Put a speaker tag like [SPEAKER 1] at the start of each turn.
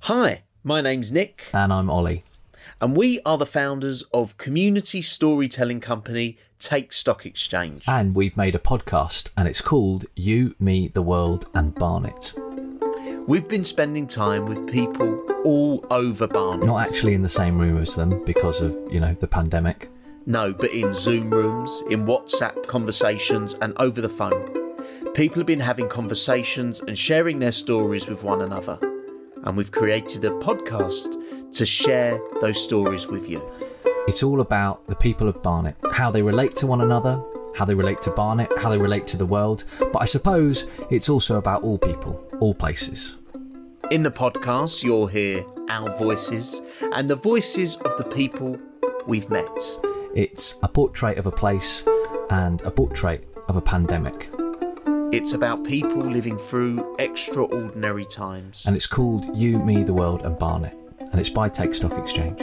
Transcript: [SPEAKER 1] Hi, my name's Nick,
[SPEAKER 2] And I'm Ollie.
[SPEAKER 1] and we are the founders of community storytelling company Take Stock Exchange.
[SPEAKER 2] And we've made a podcast, and it's called You, Me, the World, and Barnet.
[SPEAKER 1] We've been spending time with people all over Barnet.
[SPEAKER 2] Not actually in the same room as them because of, you know, the pandemic.
[SPEAKER 1] No, but in Zoom rooms, in WhatsApp conversations, and over the phone. People have been having conversations and sharing their stories with one another. And we've created a podcast to share those stories with you.
[SPEAKER 2] It's all about the people of Barnet, how they relate to one another, how they relate to Barnet, how they relate to the world. But I suppose it's also about all people, all places.
[SPEAKER 1] In the podcast, you'll hear our voices and the voices of the people we've met.
[SPEAKER 2] It's a portrait of a place and a portrait of a pandemic.
[SPEAKER 1] It's about people living through extraordinary times.
[SPEAKER 2] And it's called You, Me, the World, and Barnet. And it's by Take Stock Exchange.